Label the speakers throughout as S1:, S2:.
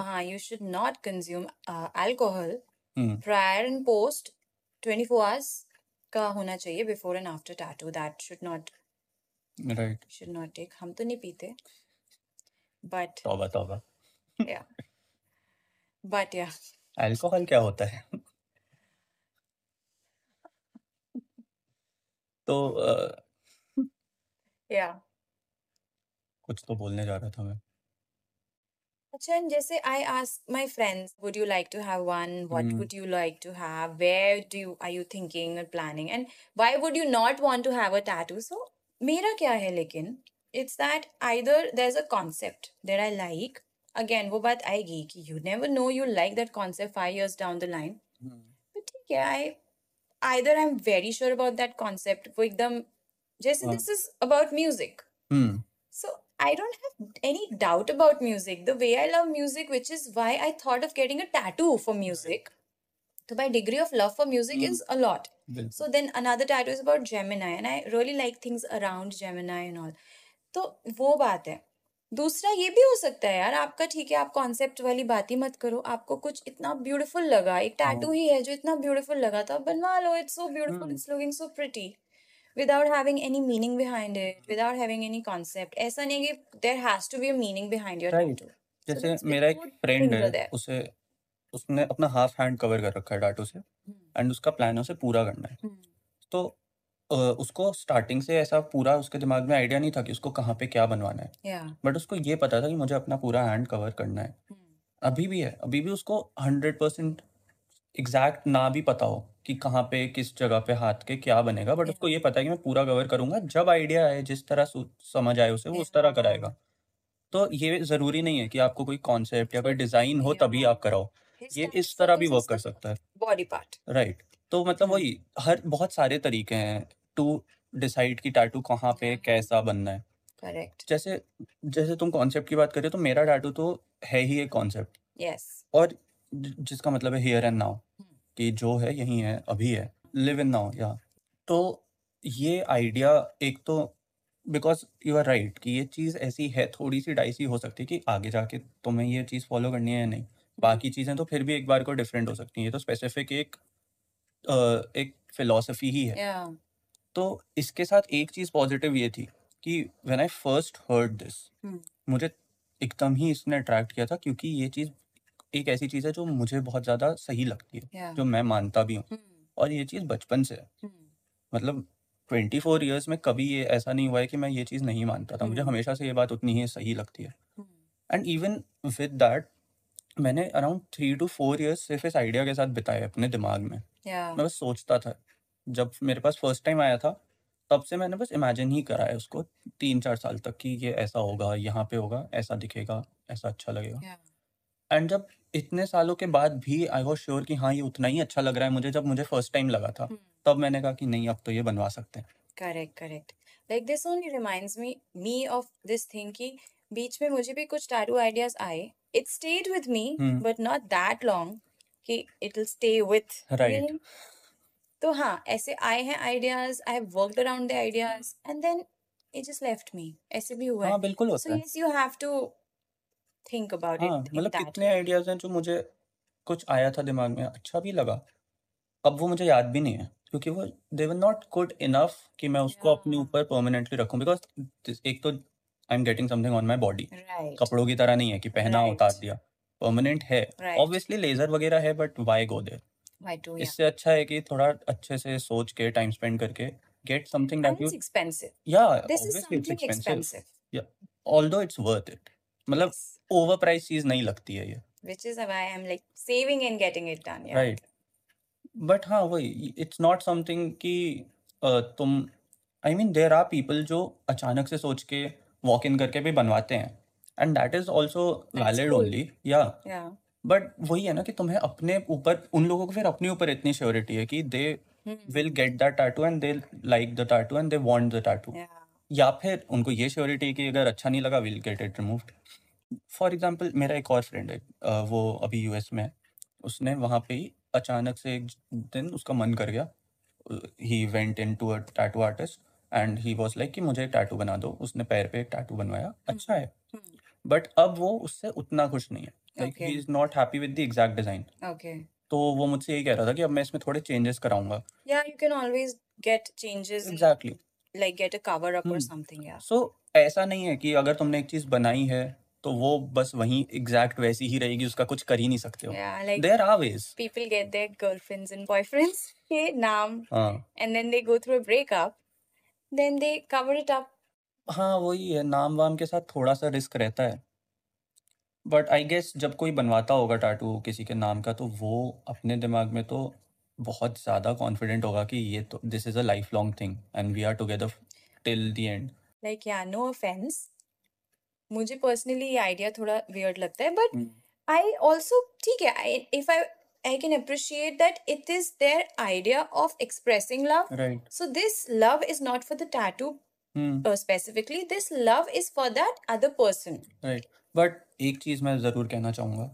S1: uh, should not consume uh, alcohol
S2: hmm
S1: prior and post 24 hours का होना चाहिए before and after tattoo that should not
S2: right
S1: should not take हम तो नहीं पीते but
S2: तौबा तौबा
S1: या बट या
S2: अल्कोहल क्या होता है तो अ,
S1: या
S2: कुछ तो बोलने जा रहा था मैं
S1: अच्छा and जैसे I ask my friends would you like to have one what
S2: hmm
S1: would you like to have where do you are you thinking और planning and why would you not want to have a tattoo so मेरा क्या है लेकिन it's that either there is a concept that I like again वो बात आएगी कि you never know you like that concept five years down the line
S2: hmm,
S1: but ठीक है I either I am very sure about that concept वो एकदम जैसे
S2: हाँ
S1: this is about music
S2: hmm
S1: So I don't have any doubt about music. The way I love music, which is why I thought of getting a tattoo for
S2: right
S1: music. So my degree of love for music
S2: hmm
S1: is a lot.
S2: बिल्कुल
S1: So then another tattoo is about Gemini, and I really like things around Gemini and all. तो वो बात है दूसरा ये भी हो सकता है यार आपका ठीक है आप कॉन्सेप्ट वाली बात ही मत करो आपको कुछ इतना ब्यूटीफुल लगा एक
S2: हाँ
S1: टैटू ही है जो इतना ब्यूटीफुल लगा तो आप बनवा लो it's so beautiful
S2: hmm
S1: it's looking so pretty without having any meaning behind it,
S2: हाँ।
S1: without having any concept. ऐसा नहीं है कि there has to be a meaning behind your
S2: right
S1: tattoo. So
S2: जैसे
S1: that's where
S2: मेरा एक
S1: two
S2: friend
S1: things
S2: है
S1: are there.
S2: उसे उसने अपना हाफ हैंड कवर कर रखा है टाटू से एंड उसका प्लान है उसे पूरा करना है
S1: Hmm.
S2: तो अ, उसको स्टार्टिंग से ऐसा पूरा उसके दिमाग में आइडिया नहीं था कि उसको कहाँ पे क्या बनवाना है
S1: Yeah.
S2: बट उसको ये पता था कि मुझे अपना पूरा हैंड कवर करना है
S1: Hmm.
S2: अभी भी है अभी भी उसको हंड्रेड परसेंट एग्जैक्ट ना भी पता हो कि कहाँ पे किस जगह पे हाथ के क्या बनेगा बट
S1: Yeah.
S2: उसको ये पता है कि मैं पूरा कवर करूंगा जब आइडिया आए जिस तरह सु- समझ आए उसे वो उस तरह
S1: Yeah.
S2: कराएगा तो ये जरूरी नहीं है कि आपको कोई कॉन्सेप्ट या कोई डिजाइन हो तभी
S1: Yeah.
S2: आप कराओ
S1: His
S2: ये
S1: tattoo
S2: इस तरह भी
S1: focus
S2: वर्क
S1: is the
S2: कर सकता है
S1: body part.
S2: राइट तो मतलब
S1: Hmm.
S2: वही हर बहुत सारे तरीके हैं टू डिसाइड कि टाटू कहाँ पे
S1: Yeah.
S2: कैसा बनना है
S1: Correct.
S2: जैसे जैसे तुम कॉन्सेप्ट की बात कर रहे हो तो मेरा टाटू तो है ही एक कॉन्सेप्ट
S1: Yes.
S2: और जि- जिसका मतलब है हियर एंड नाउ
S1: Hmm.
S2: कि जो है यही है अभी है लिव इन नाउ या तो ये आइडिया एक तो बिकॉज यू आर राइट कि ये चीज़ ऐसी है थोड़ी सी डाइसी हो सकती है कि आगे जाके तुम्हें ये चीज़ फॉलो करनी है या नहीं
S1: Hmm.
S2: बाकी चीज़ें तो फिर भी एक बार को डिफरेंट हो सकती हैं ये तो स्पेसिफिक एक अ, एक फिलॉसफी ही है
S1: Yeah.
S2: तो इसके साथ एक चीज़ पॉजिटिव ये थी कि when I first heard this
S1: Hmm.
S2: मुझे एकदम ही इसने अट्रैक्ट किया था क्योंकि ये चीज़ एक ऐसी चीज़ है जो मुझे बहुत ज़्यादा सही लगती है
S1: Yeah.
S2: जो मैं मानता भी हूँ
S1: Hmm.
S2: और ये चीज़ बचपन से है
S1: Hmm.
S2: मतलब ट्वेंटी फोर ईयर्स में कभी ये ऐसा नहीं हुआ है कि मैं ये चीज़ नहीं मानता था मुझे
S1: Hmm.
S2: हमेशा से ये बात उतनी ही सही लगती है
S1: Hmm.
S2: And even with that मैंने around three two four years सिर्फ इस आइडिया के साथ बिताए अपने दिमाग में
S1: Yeah.
S2: मैं बस सोचता था जब मेरे पास फर्स्ट टाइम आया था तब से मैंने बस इमेजिन ही करा है उसको तीन चार साल तक कि ये ऐसा होगा यहाँ पे होगा ऐसा दिखेगा ऐसा अच्छा लगेगा
S1: Yeah.
S2: एंड जब इतने सालों के बाद भी आई वॉज श्योर कि हाँ ये उतना ही अच्छा लग रहा है मुझे जब मुझे फर्स्ट टाइम लगा था
S1: Hmm.
S2: तब मैंने कहा कि नहीं अब तो ये बनवा सकते हैं
S1: correct correct like this only reminds me me of this thing कि बीच में मुझे भी कुछ टैटू आइडियाज आए it stayed with me
S2: hmm
S1: but not that long कि it will stay with you
S2: right
S1: no तो हाँ ऐसे आए हैं ideas I have worked around the ideas and then it just left me ऐसे भी हुआ है
S2: हाँ बिल्कुल
S1: सो
S2: होता है
S1: yes you have to think about
S2: हाँ
S1: इट इन
S2: मतलब
S1: दैट
S2: कितने
S1: वे
S2: आइडियाज हैं जो मुझे कुछ आया था दिमाग में अच्छा भी लगा अब वो मुझे याद भी नहीं है क्योंकि वो they were not good enough कि मैं उसको अपने
S1: या
S2: ऊपर परमानेंटली रखूं बिकॉज एक तो I am getting something on my body
S1: right
S2: कपड़ों की तरह नहीं है कि पहना उतार
S1: राइट
S2: दिया परमानेंट है
S1: राइट
S2: ऑब्वियसली लेजर वगैरह है but why go there
S1: why do या
S2: इससे अच्छा है कि थोड़ा अच्छे से सोच के टाइम स्पेंड करके get
S1: and
S2: something that
S1: it's
S2: you
S1: expensive
S2: या
S1: this is
S2: obviously it's
S1: something
S2: expensive
S1: expensive
S2: या ऑल्दो इट्स वर्थ इट मतलब
S1: यस
S2: ओवर प्राइस चीज नहीं लगती है ये
S1: which is why I'm like saving and getting it done. Yeah.
S2: Right but हाँ वही इट्स नॉट समथिंग कि अ, तुम I mean there are people जो अचानक से सोच के वॉक इन करके भी बनवाते हैं and that is also
S1: That's
S2: valid
S1: cool.
S2: Only या
S1: Yeah.
S2: बट वही है ना कि तुम्हें अपने ऊपर उन लोगों को फिर अपने ऊपर इतनी श्योरिटी है कि they
S1: Hmm.
S2: Will get that tattoo and they like the tattoo and they want the tattoo
S1: Yeah.
S2: या फिर उनको ये श्योरिटी है कि अगर अच्छा नहीं लगा will get it removed for example मेरा एक और फ्रेंड है अ, वो अभी यूएस में है उसने वहाँ पे ही अचानक से एक दिन उसका मन कर गया he went into a tattoo artist and he was like कि मुझे एक टैटू बना दो उसने पैर पे एक टैटू बनवाया
S1: Hmm.
S2: अच्छा है
S1: Hmm.
S2: बट अब वो उससे उतना खुश नहीं है like he
S1: Okay.
S2: Is not happy with the exact design
S1: Okay.
S2: तो वो मुझसे यही कह रहा था कि अब मैं इसमें थोड़े चेंजेस कराऊंगा
S1: Yeah, you can always get changes, and,
S2: exactly
S1: like get a cover up or
S2: Hmm.
S1: something. Yeah.
S2: So ऐसा नहीं है कि अगर तुमने एक चीज बनाई है तो वो बस वही एग्जैक्ट वैसी ही रहेगी उसका कुछ कर ही नहीं सकते हो
S1: Yeah, like
S2: there are ways
S1: people get their girlfriends and boyfriends के नाम
S2: हाँ
S1: and then they go through a breakup. Then they cover it up.
S2: हाँ वही है नाम वाम के साथ थोड़ा सा रिस्क रहता है बट आई गेस जब कोई बनवाता होगा टाटू किसी के नाम का तो वो अपने दिमाग में तो बहुत ज्यादा कॉन्फिडेंट होगा कि ये तो this is a life long thing and we are together till the end
S1: Like yeah, no offense. मुझे पर्सनली ये आइडिया थोड़ा वियर्ड लगता है बट आई ऑल्सो ठीक है I if I I can appreciate that it is their idea of expressing love
S2: right
S1: so this love is not for the tattoo
S2: hmm
S1: uh, specifically this love is for that other person
S2: right but एक चीज मैं जरूर कहना चाहूंगा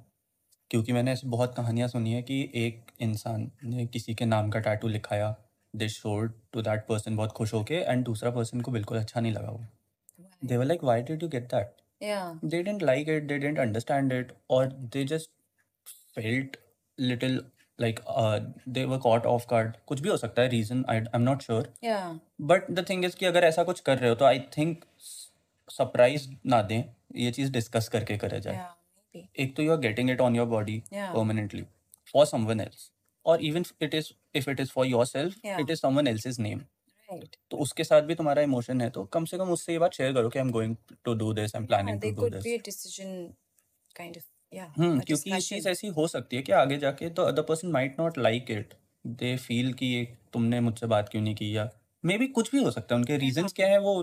S2: क्योंकि मैंने ऐसी बहुत कहानियां सुनी है कि एक इंसान ने किसी के नाम का टैटू लिखाया they showed to that person बहुत खुश होके एंड दूसरा पर्सन को बिल्कुल अच्छा नहीं लगा वो they were like why did you get that
S1: yeah
S2: they didn't like it they didn't understand it or they just felt little like uh, they were caught off guard कुछ भी हो सकता है reason I I am not sure
S1: yeah
S2: but the thing is कि अगर ऐसा कुछ कर रहे हो तो आई थिंक सरप्राइज ना दें ये चीज डिस्कस करके करा जाए
S1: yeah maybe
S2: एक तो you are getting it on your body
S1: yeah
S2: permanently for someone else और even it is if it is for yourself
S1: Yeah.
S2: It is someone else name
S1: right
S2: तो उसके साथ भी तुम्हारा इमोशन है तो कम से कम उससे ये बात शेयर करो कि I am going to do this I am
S1: yeah,
S2: planning to
S1: there
S2: do
S1: हाँ, could
S2: this
S1: be a decision kind of yeah
S2: hmm
S1: a
S2: क्योंकि ये चीज
S1: discussion
S2: ऐसी हो सकती है कि आगे जाके तो other person might not like it they feel कि ये तुमने मुझसे बात क्यों नहीं की या मे बी कुछ भी हो सकता है उनके रीजंस क्या है वो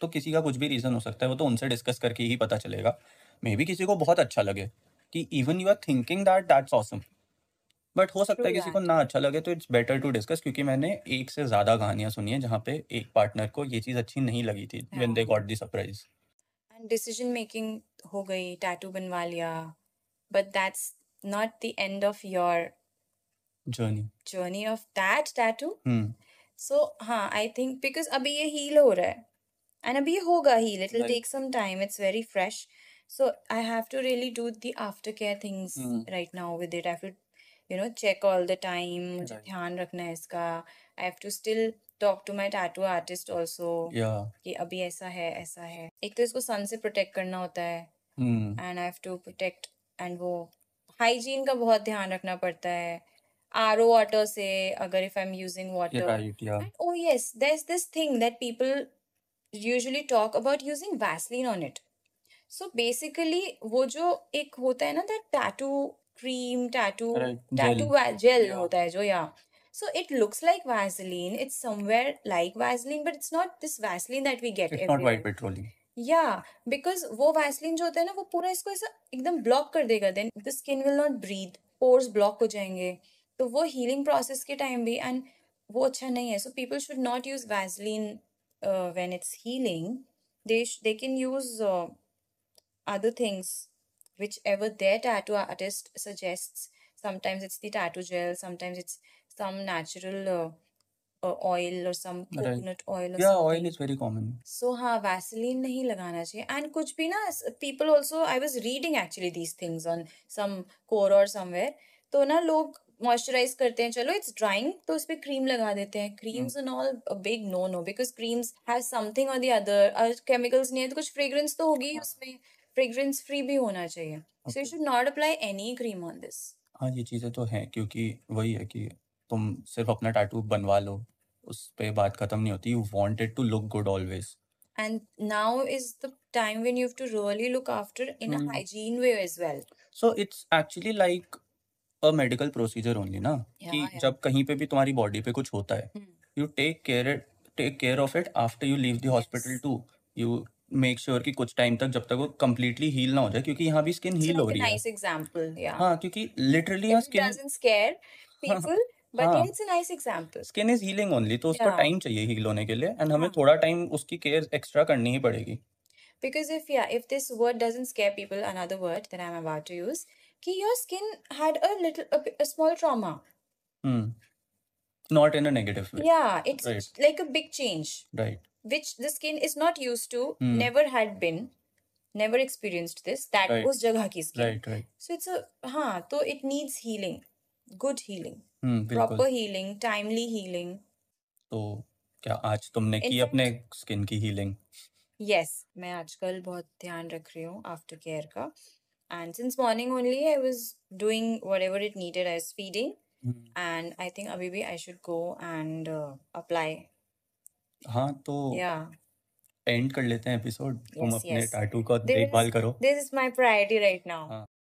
S2: तो किसी का कुछ भी रीजन हो सकता है वो तो उनसे डिस्कस करके ही पता चलेगा मे बी किसी को बहुत अच्छा लगे कि even you are thinking that that's awesome but हो सकता
S1: True
S2: है किसी को
S1: that.
S2: ना अच्छा लगे तो इट्स बेटर टू डिस्कस क्योंकि मैंने एक से ज्यादा कहानियां सुनी है जहाँ पे एक पार्टनर को ये चीज अच्छी नहीं लगी थी when they
S1: Yeah.
S2: Got the surprise
S1: and decision making ho gayi tattoo बनवा लिया but that's not the end of your
S2: journey
S1: journey of that tattoo
S2: hmm
S1: so हाँ I think because अभी ये heal हो रहा है and अभी ये होगा heal it will
S2: Right.
S1: take some time it's very fresh so I have to really do the aftercare things
S2: hmm
S1: right now with it I have to you know check all the time मुझे
S2: Right.
S1: ध्यान रखना है इसका I have to still talk to my tattoo artist also
S2: या
S1: कि अभी ऐसा है ऐसा है एक तो इसको सन से प्रोटेक्ट करना होता है
S2: hmm
S1: and I have to protect and वो हाइजीन का बहुत ध्यान रखना पड़ता है आर ओ वाटर से अगर if I am using water
S2: right या
S1: and oh yes there is this thing that people usually talk about using Vaseline on it so basically वो जो एक होता है ना that tattoo cream tattoo
S2: Right,
S1: tattoo
S2: gel.
S1: Gel
S2: Yeah.
S1: होता है जो या so it looks like Vaseline it's somewhere like Vaseline but it's not this Vaseline that we get
S2: it's not white
S1: everywhere
S2: petroleum
S1: या because वो Vaseline जो होता है ना वो पूरा इसको ऐसा एकदम ब्लॉक कर देगा then the skin will not breathe pores block हो जाएंगे तो वो हीलिंग प्रोसेस के टाइम भी एंड वो अच्छा नहीं है so people should not use Vaseline when it's healing they they can use uh, other things, whichever their tattoo artist suggests. Sometimes it's the tattoo gel, sometimes it's some natural uh, uh, oil or some
S2: right
S1: coconut oil or
S2: या oil
S1: something.
S2: Is very common
S1: so हाँ Vaseline नहीं लगाना चाहिए and कुछ भी ना people also I was reading actually these things on some Quora और somewhere तो ना लोग मॉइस्चराइज करते हैं चलो इट्स ड्राइंग तो उस पे क्रीम लगा देते
S2: हाँ।
S1: हैं creams and all big no no because creams have something और द अदर और केमिकल्स नहीं है तो कुछ फ्रेग्रेंस तो
S2: हाँ।
S1: होगी ही उसमें फ्रेग्रेंस फ्री भी होना चाहिए so you
S2: okay
S1: should not apply any cream on this
S2: हाँ ये चीजें तो हैं क्योंकि वही है कि तुम सिर्फ अपना टैटू बनवा लो उस पे बात खत्म नहीं होती you wanted to look good always
S1: and now is the time when you have to really look after in
S2: Hmm.
S1: a hygiene way as well
S2: so it's actually like a medical procedure only ना
S1: yeah
S2: कि
S1: yeah
S2: जब कहीं पे भी तुम्हारी body पे कुछ होता है
S1: Hmm.
S2: You take care it take care of it after you leave the hospital
S1: Yes.
S2: To you make sure कि कुछ टाइम तक जब तक वो कंप्लीटली हील ना हो जाए क्योंकि यहाँ भी स्किन
S1: It's
S2: हील हो
S1: like a
S2: रही है
S1: तो nice example, yeah.
S2: हाँ क्योंकि literally
S1: If
S2: your
S1: it
S2: skin
S1: doesn't scare people, but yeah,
S2: हाँ
S1: it's a nice example.
S2: Skin is healing only तो उसको
S1: Yeah,
S2: टाइम चाहिए हील होने के लिए एंड हमें
S1: yeah.
S2: थोड़ा टाइम उसकी केयर एक्स्ट्रा करनी ही पड़ेगी
S1: Because if yeah, if this word doesn't scare people, another word that I'm about to use, कि your skin had a little a, bi- a small trauma.
S2: Hmm not in a negative way
S1: Yeah, it's
S2: right
S1: ch- like a big change,
S2: right Hmm.
S1: which the skin is not used to,
S2: hmm
S1: never had been. never experienced this that
S2: Right.
S1: उस जगह की skin
S2: right right
S1: so it's a हाँ तो it needs healing good healing
S2: हम्म बिल्कुल
S1: proper healing timely healing
S2: तो क्या आज तुमने
S1: In
S2: की
S1: fact-
S2: अपने स्किन की हीलिंग
S1: yes मैं आजकल बहुत ध्यान रख रही हूँ आफ्टर केयर का and since morning only I was doing whatever it needed I was feeding and I think अभी भी I should go and uh, apply
S2: हाँ तो
S1: yeah
S2: एंड कर लेते हैं एपिसोड तुम
S1: yes
S2: अपने
S1: yes
S2: टाटू का
S1: this
S2: देखभाल करो
S1: this is my priority right now
S2: हाँ